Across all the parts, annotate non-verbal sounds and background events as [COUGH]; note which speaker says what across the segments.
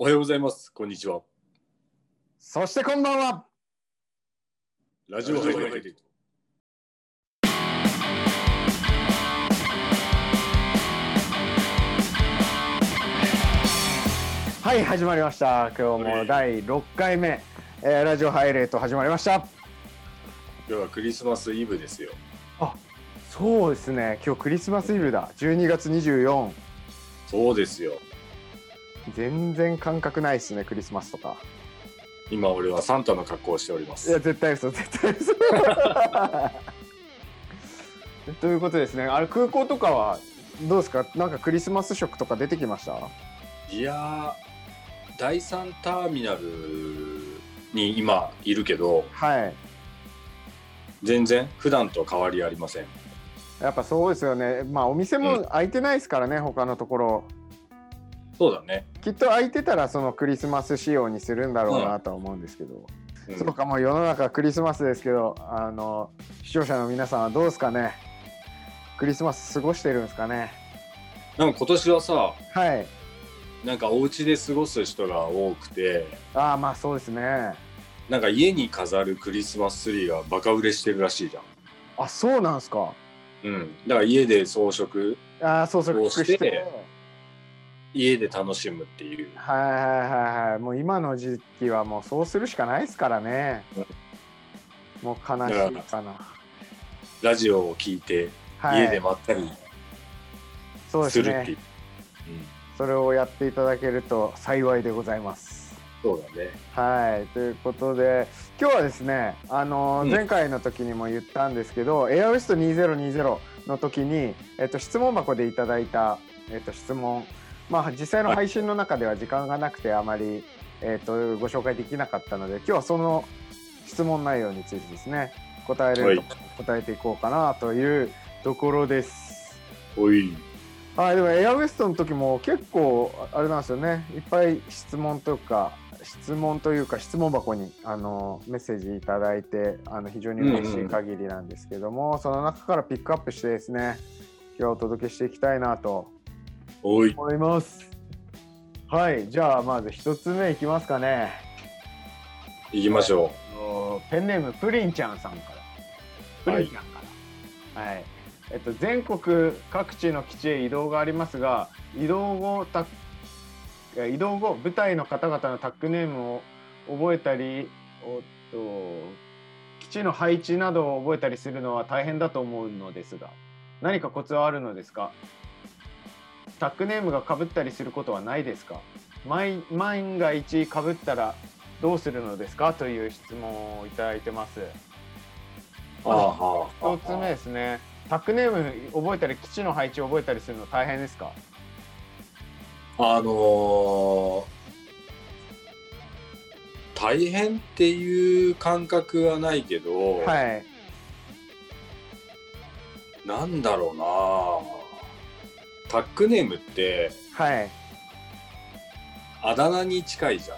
Speaker 1: おはようございます。こんにちは。
Speaker 2: そしてこんばんは。
Speaker 1: ラジオハイライト。
Speaker 2: はい、始まりました。今日も第6回目、えーラジオハイレート始まりました。
Speaker 1: 今日はクリスマスイブですよ。
Speaker 2: そうですね、今日クリスマスイブだ。12月24。
Speaker 1: そうですよ。
Speaker 2: 全然感覚ないですね、クリスマスとか。
Speaker 1: 今俺はサンタの格好をしておりま
Speaker 2: いや、
Speaker 1: す。
Speaker 2: 絶対嘘、絶対嘘。 [LAUGHS] ということですね、あれ空港とかはどうですかなんかクリスマス食とか出てきました
Speaker 1: いやー、第三ターミナルに今いるけど、
Speaker 2: はい。
Speaker 1: 全然普段と変わりありません。
Speaker 2: やっぱそうですよね。まあお店も開いてないですからね、他のところ。
Speaker 1: そうだね。
Speaker 2: きっと空いてたらそのクリスマス仕様にするんだろうなとは思うんですけど、
Speaker 1: うん
Speaker 2: そうかもう世の中クリスマスですけどあの視聴者の皆さんはどうですかねクリスマス過ごしてるんですかね
Speaker 1: なんか今年はさ、
Speaker 2: はい
Speaker 1: なんかお家で過ごす人が多くて、
Speaker 2: ああまあそうですね
Speaker 1: なんか家に飾るクリスマスツリーがバカ売れしてるらしいじゃん。
Speaker 2: あそうなんですか
Speaker 1: うん。だから家で装飾、
Speaker 2: ああそうそう
Speaker 1: そうして
Speaker 2: 隠
Speaker 1: 家で楽しむっていう。
Speaker 2: はいはいはいはいもう今の時期はもうそうするしかないですからね
Speaker 1: うん
Speaker 2: もう悲しいかな、
Speaker 1: ラジオを聞いて、
Speaker 2: はい、
Speaker 1: 家でまったり
Speaker 2: そうで
Speaker 1: す
Speaker 2: す
Speaker 1: るってい
Speaker 2: ね
Speaker 1: う。
Speaker 2: それをやっていただけると幸いでございます
Speaker 1: そうだね。
Speaker 2: はい、ということで今日はですね、あのー
Speaker 1: うん
Speaker 2: 前回の時にも言ったんですけど、エアウエスト2020の時に、えっと、質問箱でいただいた、えっと、質問、まあ、実際の配信の中では時間がなくてあまり、えっと、ご紹介できなかったので今日はその質問内容についてですね答えれるとこ答えていこうかなというところです。
Speaker 1: おい。
Speaker 2: はい、でもエアウエストの時も結構あれなんですよねいっぱい質問とか質問というか質問箱にあのメッセージいただいてあの非常に嬉しい限りなんですけども、その中からピックアップしてですね今日はお届けしていきたいなと
Speaker 1: おい。
Speaker 2: 思いますはいじゃあまず一つ目いきますかね
Speaker 1: 行きましょ
Speaker 2: あのペンネームプリンちゃんさんからプ
Speaker 1: はい
Speaker 2: リンちゃんからはい、えっと、全国各地の基地へ移動がありますが移動後たえ移動後部隊の方々のタックネームを覚えたりおっと基地の配置などを覚えたりするのは大変だと思うのですが何かコツはあるのですかタックネームがかぶったりすることはないですか万万が一かぶったらどうするのですかという質問をいただいてます。
Speaker 1: う。ああ。
Speaker 2: 一つ目ですね。タックネーム覚えたり基地の配置を覚えたりするの大変ですか。
Speaker 1: あのー大変っていう感覚はないけど、
Speaker 2: はい。
Speaker 1: なんだろうなタックネームって
Speaker 2: はい。
Speaker 1: あだ名に近いじゃ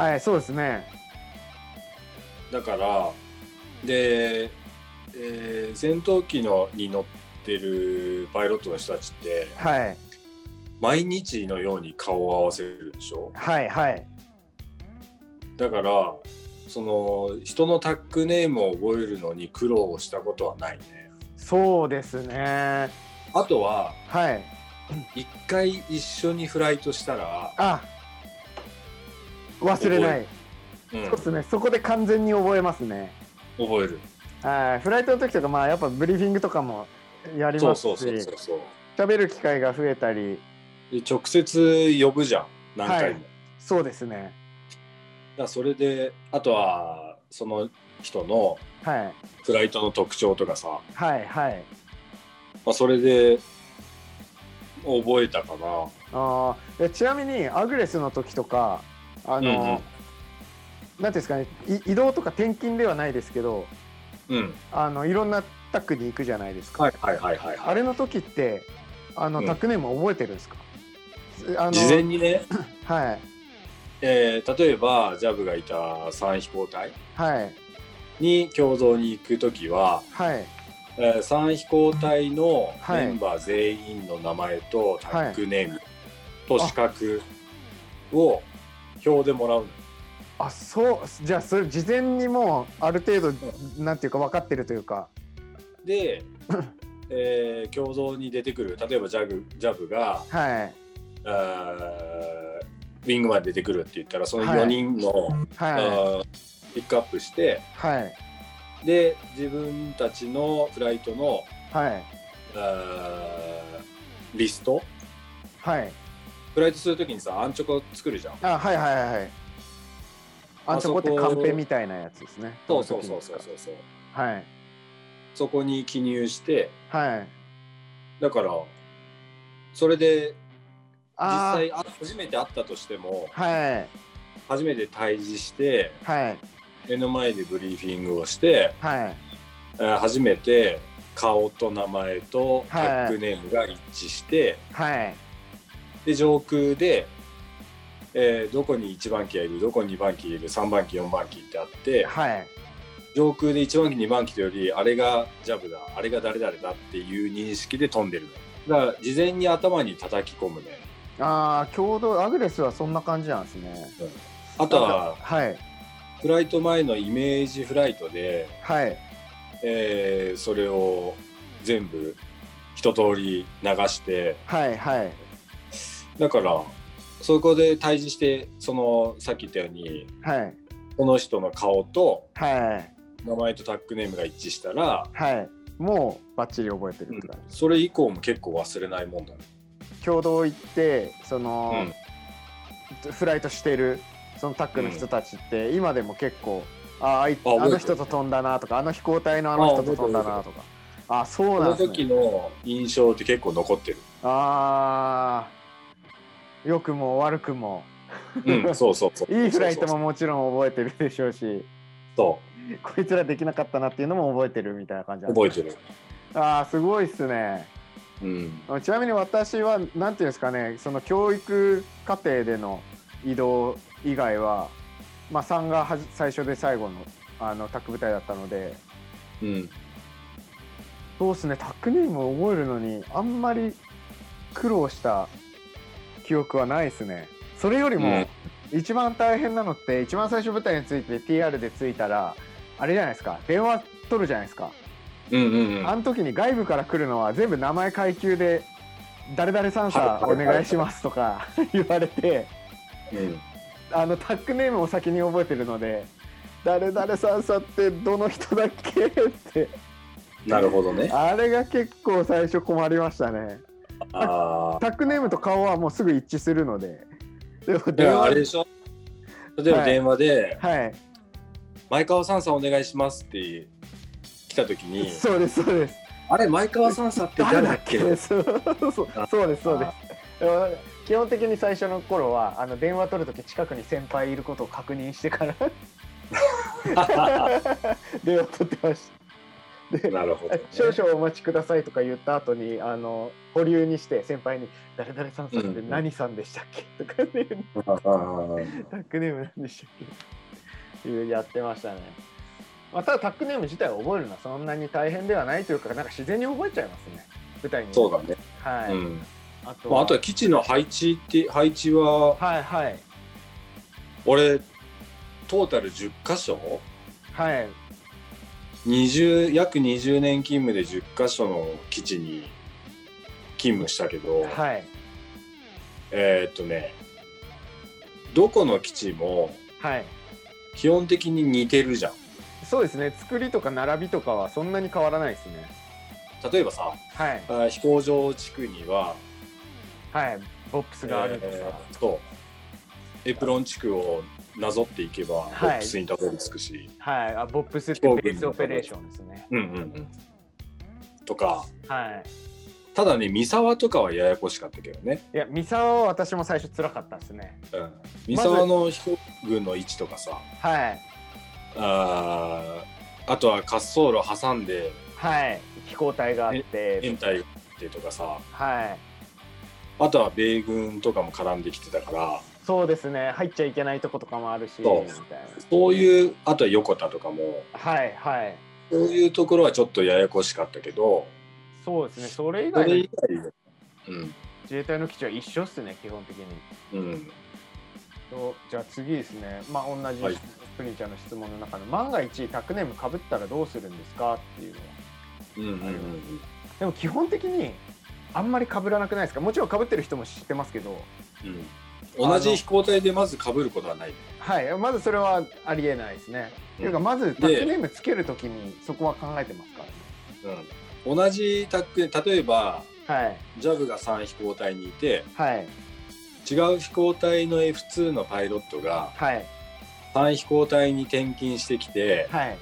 Speaker 1: ん
Speaker 2: はい、そうですね。
Speaker 1: だからで、えー戦闘機のに乗ってるパイロットの人たちって
Speaker 2: はい。
Speaker 1: 毎日のように顔を合わせるでしょ
Speaker 2: はい。はい。
Speaker 1: だからその人のタックネームを覚えるのに苦労をしたことはないね
Speaker 2: そうですね。
Speaker 1: あとは
Speaker 2: はい。
Speaker 1: 一回一緒にフライトしたら、
Speaker 2: あ。忘れない。
Speaker 1: うん
Speaker 2: そうですね。そこで完全に覚えますね。
Speaker 1: 覚える
Speaker 2: はい。フライトの時とか、まあ、やっぱブリーフィングとかも。やり
Speaker 1: そ
Speaker 2: ま
Speaker 1: う
Speaker 2: すし
Speaker 1: そうそうそうそう
Speaker 2: 喋る機会が増えたり
Speaker 1: で直接呼ぶじゃん何回も、
Speaker 2: はい
Speaker 1: だか
Speaker 2: そうですね
Speaker 1: らそれであとはその人の
Speaker 2: はい
Speaker 1: フライトの特徴とかさ、ま
Speaker 2: はいはい
Speaker 1: あ、それで覚えたかな
Speaker 2: あーえちなみにアグレスの時とかあの、
Speaker 1: うんうん
Speaker 2: なんていうんですかねい移動とか転勤ではないですけど
Speaker 1: うん
Speaker 2: あのいろんなタックに行くじゃないですか、
Speaker 1: はいはいはいはい、はい、
Speaker 2: あれの時ってあの、
Speaker 1: うん
Speaker 2: タックネーム覚えてるんですかすあの
Speaker 1: 事前にね、
Speaker 2: はい
Speaker 1: えー例えばジャブがいた3飛行隊
Speaker 2: はい
Speaker 1: に共同に行く時は、
Speaker 2: はい
Speaker 1: えー、3飛行隊の
Speaker 2: はい
Speaker 1: メンバー全員の名前とタ
Speaker 2: はい
Speaker 1: ッグネームと資格を表でもらうの
Speaker 2: あそうじゃあそれ事前にもうある程度なんていうか分かってるというか [LAUGHS]
Speaker 1: で、えー共同に出てくる例えばジャグジャブが
Speaker 2: はい
Speaker 1: あーウィングまで出てくるって言ったらその
Speaker 2: はい
Speaker 1: 4人の、
Speaker 2: はい
Speaker 1: あーピックアップして
Speaker 2: はい
Speaker 1: で自分たちのフライトの
Speaker 2: はい
Speaker 1: あーリスト
Speaker 2: はい
Speaker 1: フライトするときにさアンチョコ作るじゃん。
Speaker 2: あはいはいはいはいあんチョコって
Speaker 1: あそ
Speaker 2: カ
Speaker 1: こ
Speaker 2: ンペみたいなやつですね
Speaker 1: そうそうそうそう
Speaker 2: う
Speaker 1: そうそう
Speaker 2: はい
Speaker 1: そこに記入して
Speaker 2: はい
Speaker 1: だからそれで実
Speaker 2: あー
Speaker 1: 際あ初めて会ったとしても
Speaker 2: はい
Speaker 1: 初めて対峙して
Speaker 2: はい
Speaker 1: 目の前でブリーフィングをして
Speaker 2: はい
Speaker 1: えー初めて顔と名前とタ
Speaker 2: はい
Speaker 1: ッグネームが一致して、
Speaker 2: はい
Speaker 1: で上空で、えーどこに1番機がいるどこに2番機がいる3番機4番機ってあって
Speaker 2: はい
Speaker 1: 上空で1番機2番機というよりあれがジャブだあれが誰々だっていう認識で飛んでるのだから事前に頭に叩き込むね
Speaker 2: ああ共同アグレスはそんな感じなんですね
Speaker 1: あとは
Speaker 2: はい
Speaker 1: フライト前のイメージフライトで、
Speaker 2: はい
Speaker 1: えーそれを全部一通り流して
Speaker 2: はいはい
Speaker 1: だからそこで対峙してそのさっき言ったように
Speaker 2: はい
Speaker 1: この人の顔と
Speaker 2: はい
Speaker 1: 名前とタックネームが一致したら、
Speaker 2: はいもうバッチリ覚えてるって感じ
Speaker 1: それ以降も結構忘れないもんだね。
Speaker 2: 共同行ってその
Speaker 1: うん、
Speaker 2: フライトしてるそのタックの人たちって、今でも結構ああい
Speaker 1: あ覚えてる
Speaker 2: あの人と飛んだなとかあの飛行隊のあの人と飛んだなとかあそう
Speaker 1: こ
Speaker 2: な
Speaker 1: の
Speaker 2: んです
Speaker 1: 時
Speaker 2: ね
Speaker 1: の印象って結構残ってる。
Speaker 2: ああ良くも悪くも
Speaker 1: うん、
Speaker 2: [LAUGHS]
Speaker 1: そうそうそう。
Speaker 2: いいフライトももちろん覚えてるでしょうし
Speaker 1: そ
Speaker 2: こいつらできなかったなっていうのも覚えてるみたいな感じ
Speaker 1: う
Speaker 2: なん
Speaker 1: 覚
Speaker 2: で
Speaker 1: え
Speaker 2: す
Speaker 1: てる。
Speaker 2: ああすごいっすね
Speaker 1: うん。
Speaker 2: ちなみに私はなんていうんですかねその教育課程での移動以外は、まあ、3がはじ最初で最後のあのタック部隊だったので
Speaker 1: うん。
Speaker 2: そうですねタックネームを覚えるのにあんまり苦労した記憶はないですねそれよりも一番大変なのって一番最初舞台について TR で着いたらあれじゃないですか電話取るじゃないですか
Speaker 1: うんうんうん。
Speaker 2: あの時に外部から来るのは全部名前階級で誰々さんさんお願いしますとか [LAUGHS] 言われて
Speaker 1: うん
Speaker 2: あのタックネームを先に覚えてるので誰々さんさんってどの人だっけって
Speaker 1: なるほどね。
Speaker 2: あれが結構最初困りましたね
Speaker 1: あ
Speaker 2: タックネームと顔はもうすぐ一致するのででも
Speaker 1: あ。い
Speaker 2: 電
Speaker 1: や、あ
Speaker 2: 話
Speaker 1: れでしょ例えば電話で、
Speaker 2: はい、
Speaker 1: 前川さんさんお願いしますって来た時に、
Speaker 2: そうですそうです
Speaker 1: あれ、前川さんさんって誰
Speaker 2: 誰
Speaker 1: だ
Speaker 2: だ
Speaker 1: っ
Speaker 2: っ
Speaker 1: け
Speaker 2: けそうそうそうですそうですでも基本的に最初の頃はあの電話取る時近くに先輩いることを確認してから
Speaker 1: [LAUGHS]
Speaker 2: 電話取ってましたで
Speaker 1: なるほど、ね。
Speaker 2: [LAUGHS] 少々お待ちくださいとか言った後にあの保留にして先輩に「誰々さんさんって何さんでしたっけ?」とかね
Speaker 1: 々。
Speaker 2: タックネーム何でしたっけいうやってましたね、まあ、ただタックネーム自体を覚えるのはそんなに大変ではないというかなんか自然に覚えちゃいますね舞台に
Speaker 1: そうだね。
Speaker 2: はい、
Speaker 1: うん。
Speaker 2: あと
Speaker 1: まあ、
Speaker 2: は
Speaker 1: あとは基地の配置って配置は
Speaker 2: はいはい
Speaker 1: 俺トータル10箇所
Speaker 2: はい
Speaker 1: 20約20年勤務で10箇所の基地に勤務したけど、
Speaker 2: はい
Speaker 1: えーっとねどこの基地も
Speaker 2: はい
Speaker 1: 基本的に似てるじゃん
Speaker 2: そうですね作りとか並びとかはそんなに変わらないですね
Speaker 1: 例えばさ
Speaker 2: はい
Speaker 1: あー飛行場地区には、
Speaker 2: はいボップスがあるとか、
Speaker 1: えーそうエプロン地区をなぞっていけばボ
Speaker 2: はい
Speaker 1: ックスにたどり着くし、
Speaker 2: はいあボップスってベースオペレーションですね
Speaker 1: うんうんうんとか
Speaker 2: はい
Speaker 1: ただね三沢とかはややこしかったけどね
Speaker 2: いや三沢は私も最初辛かったですね
Speaker 1: うん三沢の飛行軍の位置とかさ
Speaker 2: はい
Speaker 1: あーあとは滑走路挟んで
Speaker 2: はい飛行隊があって
Speaker 1: 延滞ってとかさ
Speaker 2: はい
Speaker 1: あとは米軍とかも絡んできてたから
Speaker 2: そうですね入っちゃいけないとことかもあるしみ
Speaker 1: そう
Speaker 2: たいな
Speaker 1: そういうあとは横田とかも
Speaker 2: はいはい
Speaker 1: そういうところはちょっとややこしかったけど
Speaker 2: そうですねそれ以
Speaker 1: そ
Speaker 2: 外の
Speaker 1: れ
Speaker 2: 自
Speaker 1: 以外はうん
Speaker 2: 衛隊の基地は一緒っすね基本的に
Speaker 1: うん
Speaker 2: とじゃあ次ですね、まあ、同
Speaker 1: は
Speaker 2: じ
Speaker 1: い
Speaker 2: プリンちゃんの質問の中の、万が一タックネームかぶったらどうするんですかっていうのは
Speaker 1: うんうんうん
Speaker 2: でも基本的にあんまりかぶらなくないですかもちろんかぶってる人も知ってますけど、
Speaker 1: うんうん同じ飛行体でまず被ることはない。
Speaker 2: はい、まずそれはありえないですね。
Speaker 1: うん
Speaker 2: というかまずタックネームつけるときにそこは考えてますか
Speaker 1: うん、同じタック例えば
Speaker 2: らね。
Speaker 1: ジャブが3飛行体にいて
Speaker 2: はいはい
Speaker 1: 違う飛行体の F2 のパイロットが
Speaker 2: はい
Speaker 1: 3飛行体に転勤してきて
Speaker 2: はい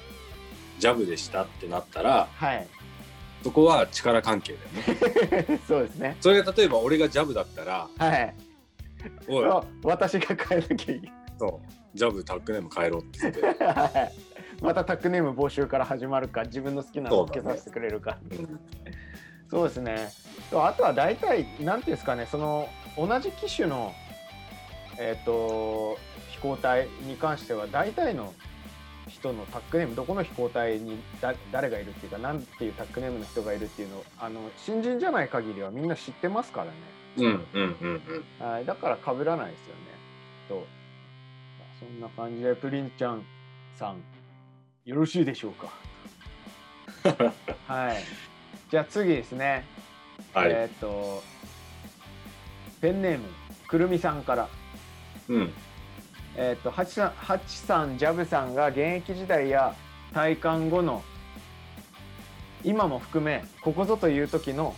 Speaker 1: ジャブでしたってなったら
Speaker 2: はい [LAUGHS]
Speaker 1: そこは力関係だよね。
Speaker 2: そうですね。
Speaker 1: それが例えば俺がジャブだったら
Speaker 2: はい。
Speaker 1: 「おい
Speaker 2: あ私が変えなきゃいけ
Speaker 1: そうジャブタックネーム変えろ」って言って
Speaker 2: ない。またタックネーム募集から始まるか自分の好きなのをつけ
Speaker 1: そうだ
Speaker 2: さ
Speaker 1: ね
Speaker 2: せてくれるか。
Speaker 1: うん
Speaker 2: そうですね。とあとは大体なんていうんですかね、その同じ機種のえっ、と飛行体に関しては大体の人のタックネームどこの飛行体にだ誰がいるっていうかなんていうタックネームの人がいるっていうのをあの新人じゃない限りはみんな知ってますからね。
Speaker 1: うんうんうんうん
Speaker 2: はい、だから被らないですよね。とまあそんな感じでプリンちゃんさんよろしいでしょうか。
Speaker 1: [LAUGHS]
Speaker 2: はい。じゃあ次ですね。
Speaker 1: はい、
Speaker 2: えーっ、とペンネームくるみさんから、
Speaker 1: うん
Speaker 2: えーっ、とハチさんハチさんジャブさんが現役時代や退官後の今も含めここぞという時の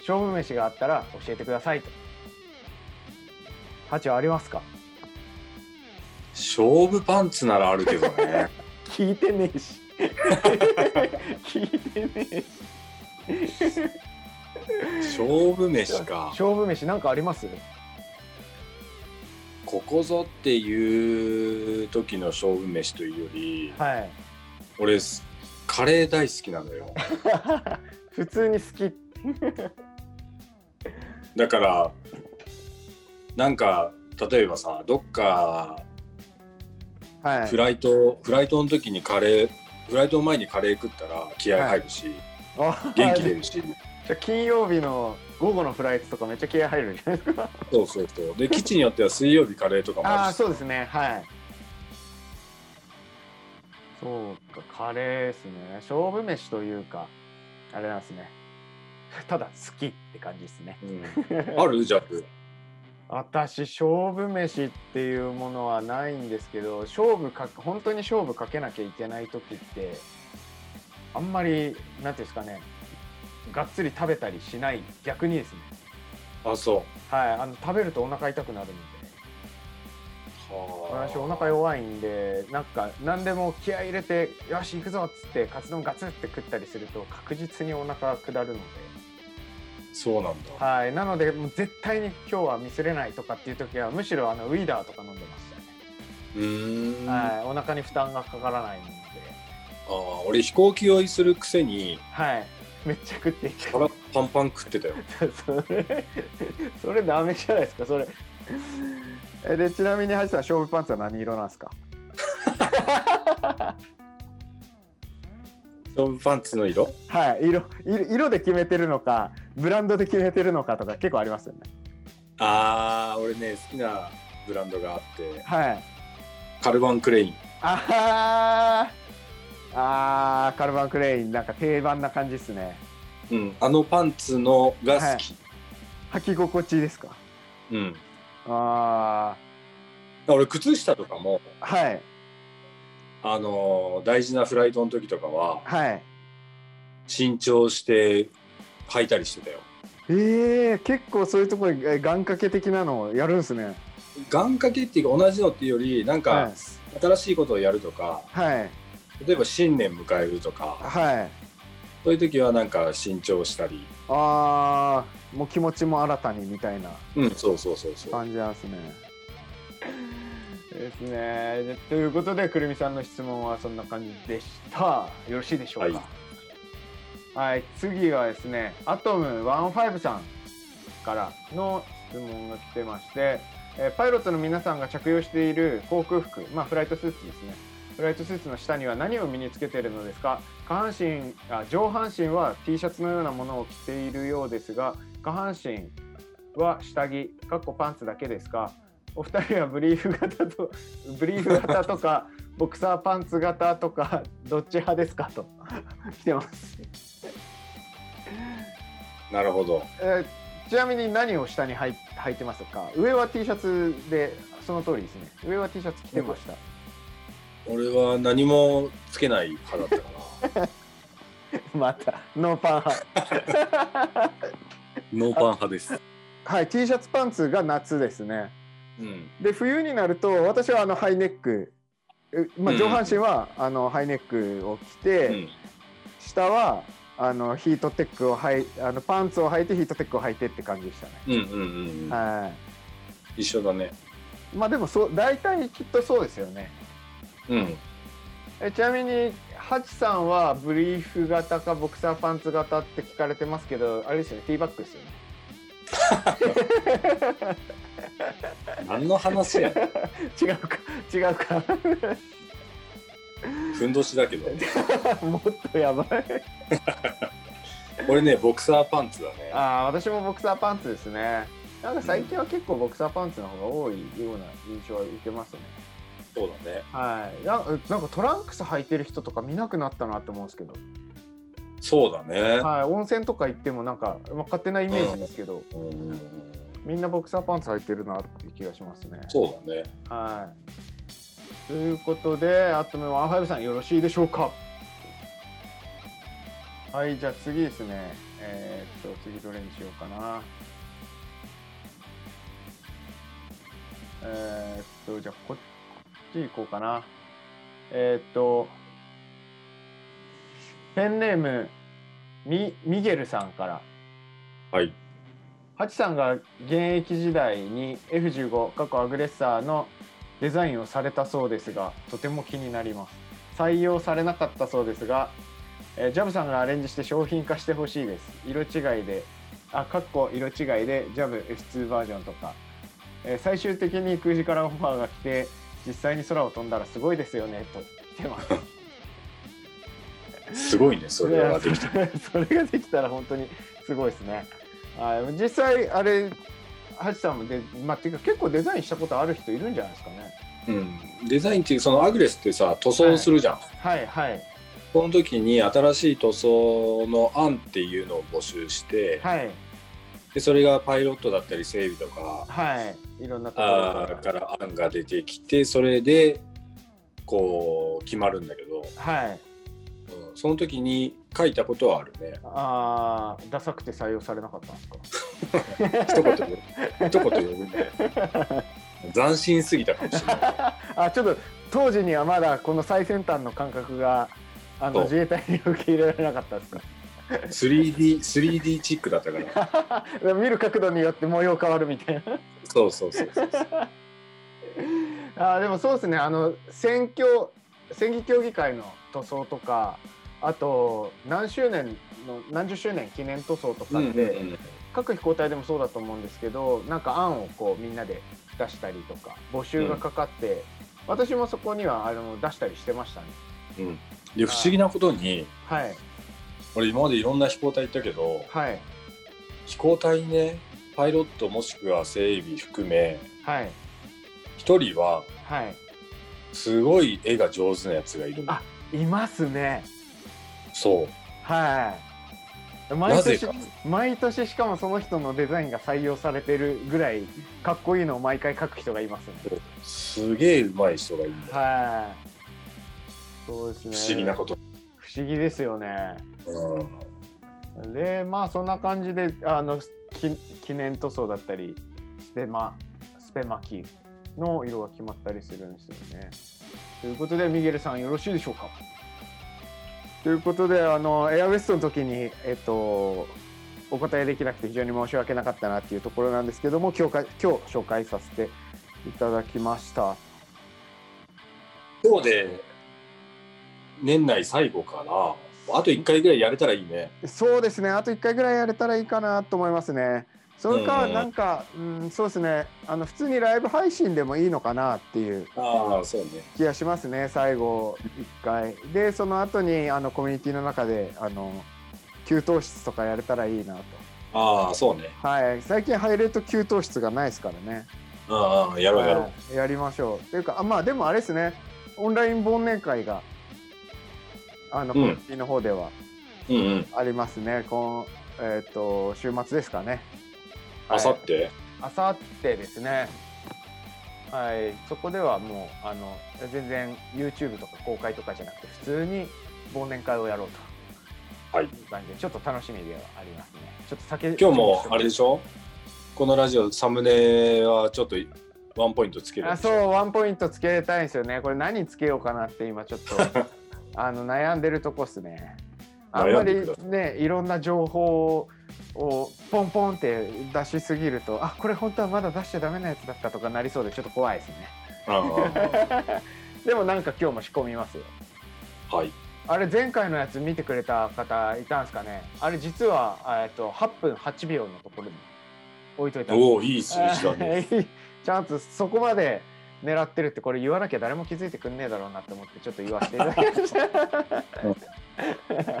Speaker 2: 勝負飯があったら教えてくださいと。ハチはありますか？
Speaker 1: 勝負パンツならあるけどね
Speaker 2: 聞いてねえし。聞いてねえし。
Speaker 1: 勝負飯か
Speaker 2: 勝負飯なんかあります？
Speaker 1: ここぞっていう時の勝負飯というより
Speaker 2: [LAUGHS] はい。
Speaker 1: 俺カレー大好きなのよ
Speaker 2: 普通に好き。
Speaker 1: だからなんか例えばさどっか
Speaker 2: はい
Speaker 1: フ。ライト、フライトの時にカレーフライトの前にカレー食ったら気合入るし、
Speaker 2: あ
Speaker 1: 元気出るし
Speaker 2: じゃあ金曜日の午後のフライトとかめっちゃ気合入るじゃないですか。
Speaker 1: そうそうそう
Speaker 2: [LAUGHS]
Speaker 1: で基地によっては水曜日カレーとかも
Speaker 2: あ
Speaker 1: あ
Speaker 2: あ、
Speaker 1: るし
Speaker 2: そうですね。はい。そうか、カレーですね。勝負飯というか、あれなんですね。ただ好きって感じですね。
Speaker 1: うん、あるジャブ
Speaker 2: 私、勝負飯っていうものはないんですけど、勝負か、本当に勝負かけなきゃいけない時って、あんまり、なんていうんですかね、がっつり食べたりしない、逆にですね。
Speaker 1: あそ
Speaker 2: はい、あの食べるとお腹痛くなるので。
Speaker 1: うは
Speaker 2: 私お腹弱いんでなんか何でも気合い入れてよし行くぞっつってカツ丼ガツって食ったりすると確実にお腹下るので
Speaker 1: そうなんだ
Speaker 2: はいなのでもう絶対に今日はミスれないとかっていう時はむしろあのウィダーとか飲んでましたね、
Speaker 1: うーん、あ
Speaker 2: はいお腹に負担がかからないので
Speaker 1: ー俺飛行機酔いするくせに
Speaker 2: はいめっちゃ食っていく
Speaker 1: 腹パンパン食ってたよ
Speaker 2: [LAUGHS] それそれダメじゃないですかそれえでちなみに橋さん勝負パンツは何色なんですか
Speaker 1: 勝負パンツの色
Speaker 2: はい、色色色で決めてるのかブランドで決めてるのかとか結構ありますよね。
Speaker 1: あー俺ね好きなブランドがあって
Speaker 2: はい、
Speaker 1: カルバンクレイン
Speaker 2: あはーあーカルバン・クレインなんか定番な感じですね。
Speaker 1: うん、あのパンツのが好き、
Speaker 2: 履き心地ですか
Speaker 1: うん
Speaker 2: あ
Speaker 1: 俺靴下とかも
Speaker 2: ーはい
Speaker 1: あのー大事なフライトの時とかは
Speaker 2: はい。
Speaker 1: 新調して履いたりしてたよ
Speaker 2: えー、結構そういうところにえ願掛け的なのをやるんですね。
Speaker 1: 願掛けっていうか同じのっていうよりなん
Speaker 2: は
Speaker 1: か新しいことをやるとか
Speaker 2: いはい
Speaker 1: 例えば新年迎えるとか
Speaker 2: はい。
Speaker 1: そういう時はなんか新調したり
Speaker 2: あーもう気持ちも新たにみたいな。
Speaker 1: うんそうそうそうそう
Speaker 2: 感じなんですね。ですねで。ということで、くるみさんの質問はそんな感じでした。よろしいでしょうか。はい、次はですね、アトム15さんからの質問が来てまして、えーパイロットの皆さんが着用している航空服、まあ、フライトスーツですね。フライトスーツの下には何を身につけているのですか下半身あ上半身は T シャツのようなものを着ているようですが下半身は下着かっこパンツだけですかお二人はブリーフ型 [LAUGHS] とブリーフ型とかボクサーパンツ型とかどっち派ですかと来てます、
Speaker 1: なるほど。
Speaker 2: えーちなみに何を下にはい履いてますか上は T シャツでその通りですね上は T シャツ着てました
Speaker 1: 俺は何もつけない派だったかな。
Speaker 2: [LAUGHS] またノーパン派
Speaker 1: [LAUGHS] ノーパン派です。
Speaker 2: はい T シャツパンツが夏ですね
Speaker 1: うん。
Speaker 2: で冬になると私はあのハイネック、えまあ、
Speaker 1: うん
Speaker 2: 上半身はあのハイネックを着て、
Speaker 1: うん。
Speaker 2: 下はあのヒートテックをはいあのパンツを履いてヒートテックを履いてって感じでしたね、
Speaker 1: うんうんうん。
Speaker 2: は
Speaker 1: 一緒だね。
Speaker 2: いまあでもそう大体きっとそうですよね
Speaker 1: うん。
Speaker 2: えちなみにハチさんはブリーフ型かボクサーパンツ型って聞かれてますけどあれですよねティーバッグですよね
Speaker 1: 何の話やね
Speaker 2: 違うか違うか [LAUGHS]
Speaker 1: ん。ふんどしだけど。
Speaker 2: もっとやばい
Speaker 1: 俺ね、ボクサーパンツだね。
Speaker 2: ああ私もボクサーパンツですねなんか最近は結構ボクサーパンツの方が多いような印象は受けますね
Speaker 1: そうだね。
Speaker 2: はいななんかトランクス履いてる人とか見なくなったなって思うんですけど
Speaker 1: そうだ [LAUGHS] ね。
Speaker 2: はい、温泉とか行ってもなんか、まあ、勝手なイメージですけど、
Speaker 1: うん。
Speaker 2: みんなボクサーパンツ履いてるなっていう気がしますね。
Speaker 1: そうだね。
Speaker 2: はい、ということでアットメワンファイブさんよろしいでしょうかはいじゃあ次ですねえーっと次どれにしようかなえーっとじゃあここっち行こうかなえーっとペンネームミミゲルさんから
Speaker 1: はい。
Speaker 2: ハチさんが現役時代に F15 過去アグレッサーのデザインをされたそうですがとても気になります採用されなかったそうですが、えージャブさんがアレンジして商品化してほしいです色違いであかっこ色違いでジャブ F2 バージョンとか、えー最終的に空時からオファーが来て実際に空を飛んだらすごいですよねと来てます
Speaker 1: すごいね、それはできた。
Speaker 2: いやそれそれ [LAUGHS] ができたら本当にすごいですねあ実際あれハチさんもで、まあ、ていうか結構デザインしたことある人いるんじゃないですかね
Speaker 1: うん。デザインっていう、そのアグレスってさ、塗装するじゃん。
Speaker 2: はいはい
Speaker 1: この時に新しい塗装の案っていうのを募集して、
Speaker 2: はい
Speaker 1: でそれがパイロットだったり整備とか
Speaker 2: はいいろんなとこ
Speaker 1: あ
Speaker 2: ろ
Speaker 1: ー
Speaker 2: か
Speaker 1: から案が出てきてそれでこう決まるんだけど、
Speaker 2: らはい
Speaker 1: うんその時に書いたことはあるね
Speaker 2: あーダサくて採用されなかったんですか
Speaker 1: 一言で一言読むんで斬新すぎたかもしれない
Speaker 2: あちょっと当時にはまだこの最先端の感覚があ
Speaker 1: そう
Speaker 2: の自衛隊に受け入れられなかったんですか [LAUGHS]
Speaker 1: 3D, 3D チックだったから
Speaker 2: 見る角度によって模様変わるみたいな
Speaker 1: そうそうそうそう
Speaker 2: [LAUGHS] あーでもそうですねあの選挙選挙協議会の塗装とかあと何周年の何十周年記念塗装とか
Speaker 1: う
Speaker 2: っ
Speaker 1: ん
Speaker 2: て、
Speaker 1: うんうん
Speaker 2: 各飛行隊でもそうだと思うんですけどなんか案をこうみんなで出したりとか募集がかかって、私もそこにはあの出したりしてましたね
Speaker 1: うんで不思議なことに
Speaker 2: はい
Speaker 1: 俺今までいろんな飛行隊行ったけど
Speaker 2: はい
Speaker 1: 飛行隊にねパイロットもしくは整備含め
Speaker 2: はい
Speaker 1: 一人は
Speaker 2: はい
Speaker 1: すごい絵が上手なやつがいるの
Speaker 2: あいますね
Speaker 1: そう
Speaker 2: はい毎
Speaker 1: なぜ
Speaker 2: 年
Speaker 1: か
Speaker 2: 毎年しかもその人のデザインが採用されてるぐらいかっこいいのを毎回書く人がいますね
Speaker 1: すげえうまい人がいるんだよ
Speaker 2: はい。そうですね。。
Speaker 1: 不思議なことと、
Speaker 2: 不思議ですよね。
Speaker 1: うん、
Speaker 2: で、まあそんな感じで、あのき記念塗装だったり、スペマ、スペマキの色が決まったりするんですよね。ということで、ミゲルさんよろしいでしょうか。ということで、あのエアウェストの時に、えっと、お答えできなくて非常に申し訳なかったなっていうところなんですけども、今日か今日紹介させていただきました。
Speaker 1: 今日で年内最後かなあと1回ぐらいやれたらいいね
Speaker 2: そうですね、あと1回ぐらいやれたらいいかなと思いますね。それか、
Speaker 1: うん
Speaker 2: なんか、うん、そうですね、あの普通にライブ配信でもいいのかなっていう
Speaker 1: ああそうね
Speaker 2: 気がしますね、最後1回。で、その後にあのコミュニティの中で、あの給湯室とかやれたらいいなと。
Speaker 1: ああそうね
Speaker 2: はい、最近入れると給湯室がないですからね。
Speaker 1: ああやろうやろう、
Speaker 2: はいやりましょう。というか、あまあでもあれですね、オンライン忘年会が、あの、
Speaker 1: うん
Speaker 2: コンピの方では
Speaker 1: うんうん
Speaker 2: ありますね。このえっ、と、週末ですかね。
Speaker 1: あさって
Speaker 2: あさってですね。はい、そこではもう、あの、全然 YouTube とか公開とかじゃなくて、普通に忘年会をやろうと。
Speaker 1: はい
Speaker 2: いう感じで、ちょっと楽しみではありますね。ちょっと酒。
Speaker 1: 今日もあれでしょこのラジオサムネはちょっとワンポイントつける
Speaker 2: あ
Speaker 1: でし
Speaker 2: そ
Speaker 1: ょ
Speaker 2: うワンポイントつけたいんですよねこれ何つけようかなって今ちょっと
Speaker 1: [LAUGHS]
Speaker 2: あの悩んでるとこっすねあん
Speaker 1: 悩
Speaker 2: ま
Speaker 1: ん
Speaker 2: り
Speaker 1: でくださ
Speaker 2: ねいろんな情報をポンポンって出しすぎるとあこれ本当はまだ出しちゃダメなやつだったとかなりそうでちょっと怖いですね
Speaker 1: あ
Speaker 2: でもなんか今日も仕込みますよ
Speaker 1: あはい
Speaker 2: あれ前回のやつ見てくれた方いたんですかねあれ実はえっと8分8秒のところに置いといたんです
Speaker 1: おおいい数字だね
Speaker 2: ちゃんとそこまで狙ってるってこれ言わなきゃ誰も気づいてくんねえだろうなって思ってちょっと言わせていただきました
Speaker 1: うん
Speaker 2: 今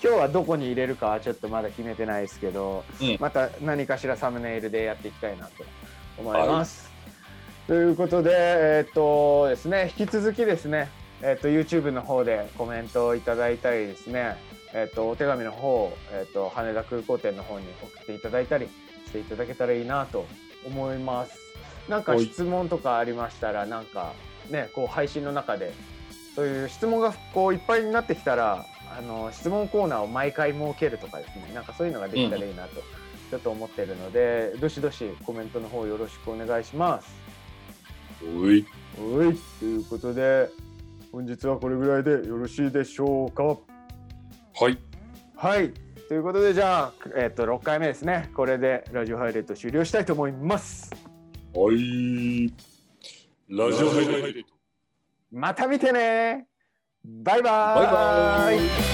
Speaker 2: 日はどこに入れるかはちょっとまだ決めてないですけど、
Speaker 1: うん
Speaker 2: また何かしらサムネイルでやっていきたいなと思います。ということで、えーっとですね、引き続きですね、えーっと YouTube の方でコメントをいただいたりですね、えーっとお手紙の方を、えーっと羽田空港店の方に送っていただいたりしていただけたらいいなと思います。なんか
Speaker 1: はい
Speaker 2: 質問とかありましたら、なんかね、こう配信の中でそういう質問がこういっぱいになってきたら、あの質問コーナーを毎回設けるとかですね、なんかそういうのができたらいいなと、ちょっと思ってるので、どしどしコメントの方よろしくお願いします。
Speaker 1: おい
Speaker 2: はい、ということで本日はこれぐらいでよろしいでしょうか
Speaker 1: はい
Speaker 2: はいということでじゃあ、えっと6回目ですねこれでラジオハイレート終了したいと思います
Speaker 1: はいラジオハイライト
Speaker 2: また見てねバイバー
Speaker 1: バ
Speaker 2: イ
Speaker 1: イバイ